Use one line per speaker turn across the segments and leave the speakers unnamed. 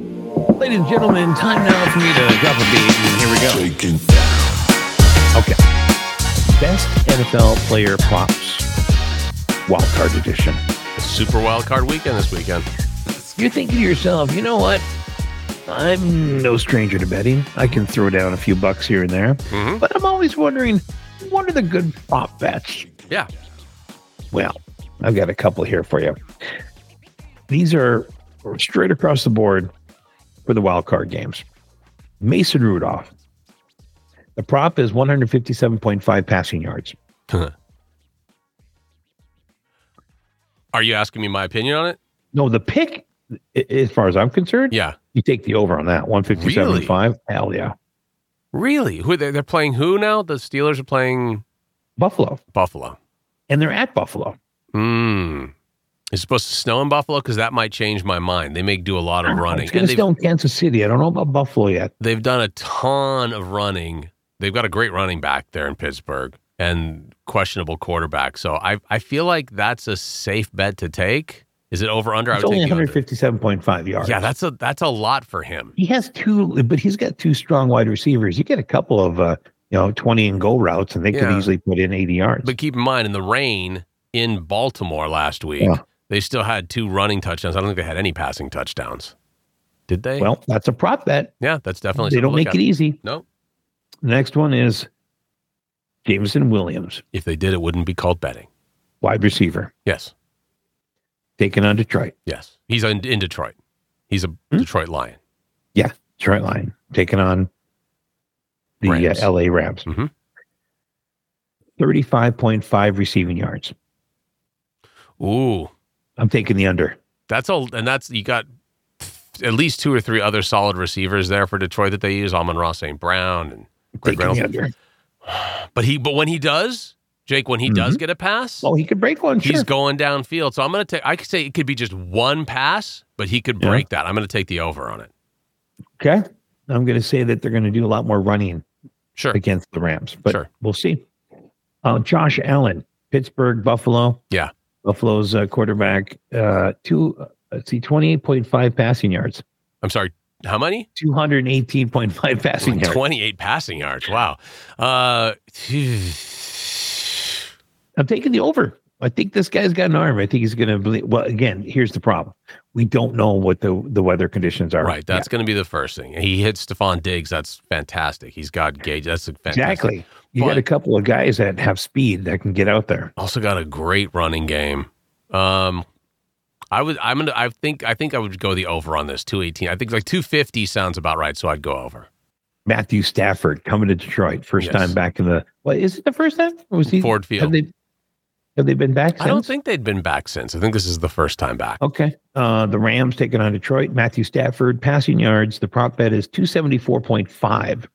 Ladies and gentlemen, time now for me to drop a beat, and here we go.
Shaking.
Okay. Best NFL player props, wild card edition.
Super wild card weekend this weekend.
You're thinking to yourself, you know what? I'm no stranger to betting. I can throw down a few bucks here and there,
Mhm.
but I'm always wondering what are the good prop bets?
Yeah.
Well, I've got a couple here for you. These are straight across the board for the wild card games. Mason Rudolph. The prop is 157.5 passing yards.
Are you asking me my opinion on it?
No, the pick, i- as far as I'm concerned,
Yeah.
you take the over on that 157.5. Hell yeah.
Really? Who they're, they're playing? Who now? The Steelers are playing
Buffalo.
Buffalo.
And they're at Buffalo.
Mm. Is it supposed to snow in Buffalo? Because that might change my mind. They may do a lot of running,
It's going
and
to
they've
still in Kansas City. I don't know about Buffalo yet.
they've done a ton of running. They've got a great running back there in Pittsburgh and questionable quarterback. So I I feel like that's a safe bet to take. Is it over under?
It's
I would
only
take the under.
157.5 yards.
Yeah, that's a that's a lot for him.
he has two, but he's got two strong wide receivers. You get a couple of, uh, you know, 20 and goal routes, and they could
Yeah.
easily put in 80 yards.
But keep in mind, in the rain in Baltimore last week,
Yeah.
they still had two running touchdowns. I don't think they had any passing touchdowns. Did they?
well, that's a prop bet.
yeah, that's definitely.
They
something
don't
to
make
look
it easy.
at. No,
The next one is Jameson Williams,
if they did, it wouldn't be called betting.
wide receiver,
Yes,
taking on Detroit.
yes. He's in, in Detroit. He's a
Hmm.
Detroit Lion.
Detroit line, taking on the
Rams.
Uh, LA Rams.
Mhm.
35.5 receiving yards.
Ooh,
I'm taking the under.
that's all. And that's you got at least two or three other solid receivers there for Detroit that they use. Amon Ross, St. Brown, and Greg
taking
Reynolds.
the under.
But he, but when he does, Jake, when he does get a pass,
Oh, he could break one.
He's
Sure.
going downfield. So I'm going to take, I could say it could be just one pass, but he could
Yeah.
break that. I'm going to take the over on it.
Okay. I'm going to say that they're going to do a lot more running
Sure.
against the Rams, but
Sure.
we'll see. Uh, Josh Allen, Pittsburgh, Buffalo.
Yeah.
Buffalo's uh, quarterback, uh, two, uh, let's see, 28.5 passing yards,
I'm sorry. How many?
218.5 passing yards.
28 passing yards. Wow. Uh,
I'm taking the over. I think this guy's got an arm. I think he's going to. Ble- well, again, here's the problem: we don't know what the the weather conditions are.
right. That's going to be the first thing. He hits Stephon Diggs. That's fantastic. He's got gauge. That's a
Yeah,
fantastic.
exactly. You got
But-
a couple of guys that have speed that can get out there.
Also got a great running game. Um, I would, I'm going to, I think, I think I would go the over on this 218. I think like 250 sounds about right. So I'd go over.
Matthew Stafford coming to Detroit, first
Yes.
time back in the. Well, is it the first time? Or was he
Ford
Have
Field.
they, have they been back? Since?
I don't think they'd been back since. I think this is the first time back.
Okay. Uh, the Rams taking on Detroit. Matthew Stafford passing yards. The prop bet is two seventy four point five.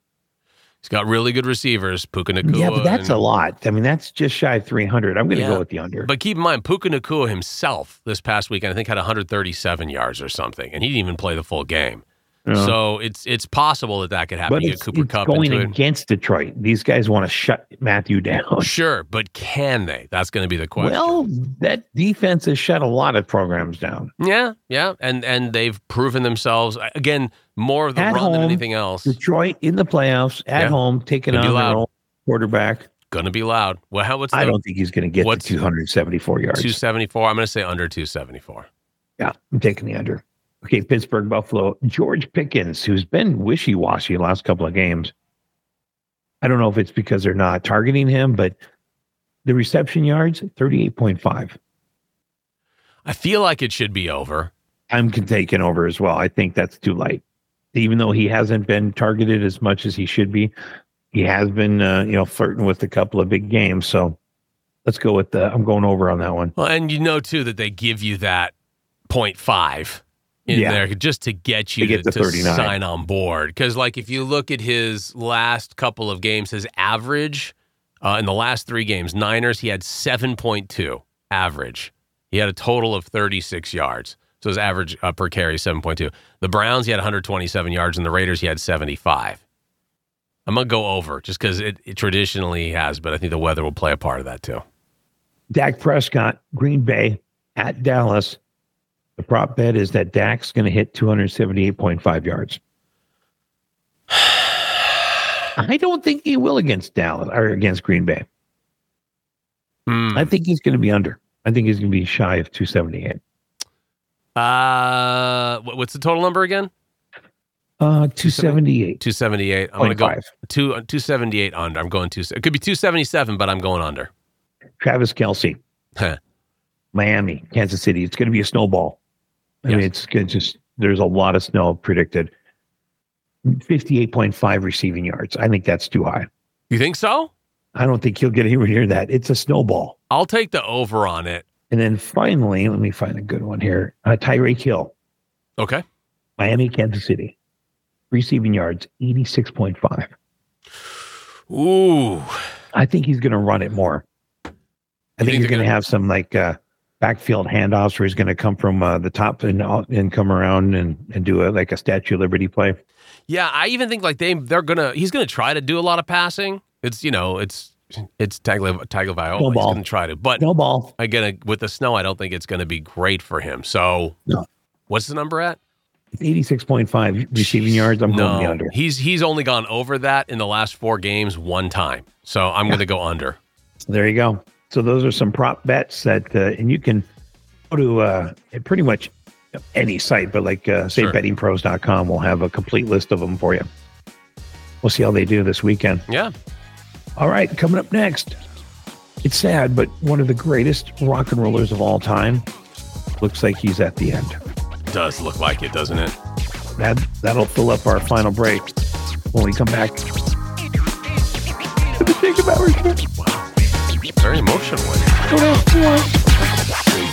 He's got really good receivers, Puka Nakua.
Yeah, but that's a
and-
lot. I mean, that's just shy of three hundred. I'm going to
Yeah.
go with the under.
But keep in mind, Puka Nakua himself this past weekend, I think, had 137 yards or something, and he didn't even play the full game.
Yeah.
So it's it's possible that that could
Uh,
happen.
but
you
it's,
get Cooper
it's
Cup
going
into it.
against Detroit. These guys want to shut Matthew down.
Sure, but can they? That's going to be the question.
Well, that defense has shut a lot of programs down.
yeah, yeah, and and they've proven themselves again more of the
At
run than
home,
anything else.
Detroit in the playoffs at
Yeah.
home, taking
Gonna
on
be
their
loud.
own quarterback.
Going to be loud. Well, how what's the
I don't think he's going to get to
what's-
274 yards.
274? I'm going to say under 274.
Yeah, I'm taking the under. Okay, Pittsburgh, Buffalo. George Pickens, who's been wishy washy last couple of games. I don't know if it's because they're not targeting him, but the reception yards, 38.5.
I feel like it should be over.
I'm con- taking over as well. I think that's too light. Even though he hasn't been targeted as much as he should be, he has been, uh, you know, flirting with a couple of big games. So let's go with the. I'm going over on that one.
Well, and you know too that they give you that 0.5 in
Yeah.
there just to get you
To
to,
get to
to
39.
sign on board. Because like if you look at his last couple of games, his average uh, in the last three games, Niners he had 7.2 average. He had a total of 36 yards. So his average uh, per carry is 7.2. The Browns he had 127 yards, and the Raiders he had 75. I'm gonna go over just because it, it traditionally has, but I think the weather will play a part of that too.
Dak Prescott, Green Bay at Dallas, The prop bet is that Dak's going to hit 278.5 yards. I don't think he will against Dallas or against Green Bay.
Hmm.
I think he's going to be under. I think he's going to be shy of 278.
Uh, wh- what's the total number again?
Uh, 278.
278. I'm going to go
0.5.
two, 278 under. I'm going two. It could be 277, but I'm going under.
Travis Kelsey,
Huh.
Miami, Kansas City. It's going to be a snowball. I mean,
Yes.
it's gonna just there's a lot of snow predicted. 58.5 receiving yards. I think that's too high.
You think so?
I don't think he'll get anywhere near that. It's a snowball.
I'll take the over on it.
And then finally, let me find a good one here. Uh, Tyreek Hill,
Okay.
Miami, Kansas City, receiving yards 86.5.
Ooh.
I think he's going to run it more. I
You
think,
think
he's
they're
going to
gonna-
have some like uh, backfield handoffs where he's going to come from uh, the top and out and come around and, and do a, like a Statue of Liberty play.
Yeah, I even think like they they're gonna he's gonna try to do a lot of passing. It's you know it's it's Tagovailoa.
No
Tagovailoa. He's
ball.
gonna try to, but
No ball.
I gonna with the snow, I don't think it's gonna be great for him. So
No.
what's the number at?
86.5 receiving
Jeez.
yards. I'm
no,
going the under.
he's he's only gone over that in the last four games one time. So I'm gonna go under.
So there you go. So those are some prop bets that, uh, and you can go to uh, pretty much any site, but like uh, say
Sure.
bettingpros.com will have a complete list of them for you. We'll see how they do this weekend.
Yeah.
All right, coming up next. It's sad, but one of the greatest rock and rollers of all time looks like he's at the end.
Does look like it, doesn't it?
That that'll fill up our final break when we come back. Think about it.
Wow. Very emotional.
Don't ask me why.
Actually,